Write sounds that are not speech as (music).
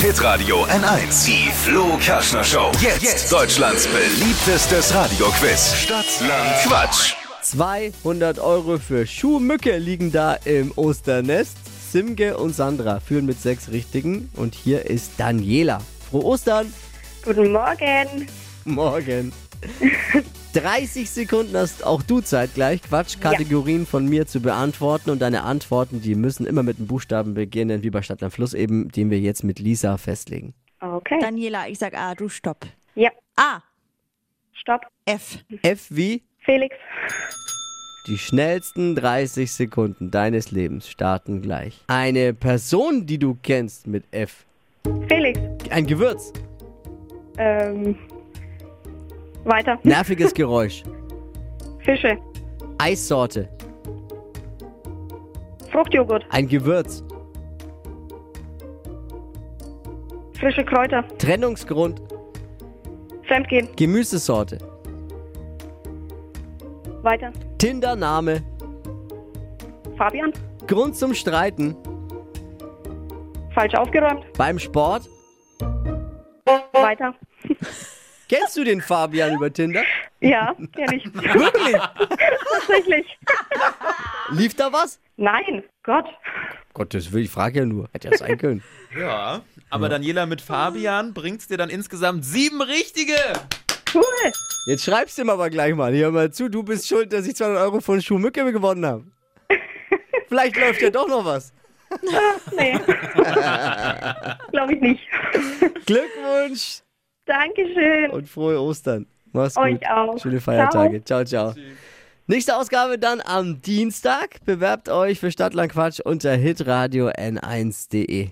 Hitradio N1. Die Flo Kaschner Show. Jetzt, Deutschlands beliebtestes Radioquiz. Stadt, Land, Quatsch. 200 Euro für Schuhmücke liegen da im Osternest. Simge und Sandra führen mit sechs Richtigen. Und hier ist Daniela. Frohe Ostern. Guten Morgen. Morgen. 30 Sekunden hast auch du Zeit gleich, Quatschkategorien von mir zu beantworten. Und deine Antworten, die müssen immer mit einem Buchstaben beginnen, wie bei Stadt am Fluss eben, den wir jetzt mit Lisa festlegen. Okay. Daniela, ich sag A, du stopp. ja, A, stopp. F. F wie Felix. Die schnellsten 30 Sekunden deines Lebens starten gleich. Eine Person, die du kennst mit F. Felix. Ein Gewürz. Ähm, weiter. Nerviges Geräusch. Fische. Eissorte. Fruchtjoghurt. Ein Gewürz. Frische Kräuter. Trennungsgrund. Fremdgehen. Gemüsesorte. Weiter. Tinder-Name. Fabian. Grund zum Streiten. Falsch aufgeräumt. Beim Sport. Weiter. Kennst du den Fabian über Tinder? Ja, (laughs) kenne ich. Wirklich? Tatsächlich. Lief da was? Nein, Gott. Gottes Willen, ich frage ja nur. Hätte ja sein können. Ja, aber Daniela mit Fabian bringt's dir dann insgesamt sieben richtige. Cool. Jetzt schreibst du ihm aber gleich mal. Hör mal zu, du bist schuld, dass ich 200 Euro von Schuhmücke gewonnen habe. Vielleicht läuft ja doch noch was. (laughs) Nee. Glaube ich nicht. Glückwunsch Dankeschön. und frohe Ostern. Mach's Euch gut. auch. Schöne Feiertage. Ciao, ciao. Nächste Ausgabe dann am Dienstag. Bewerbt euch für Stadtlandquatsch unter hitradio n1.de.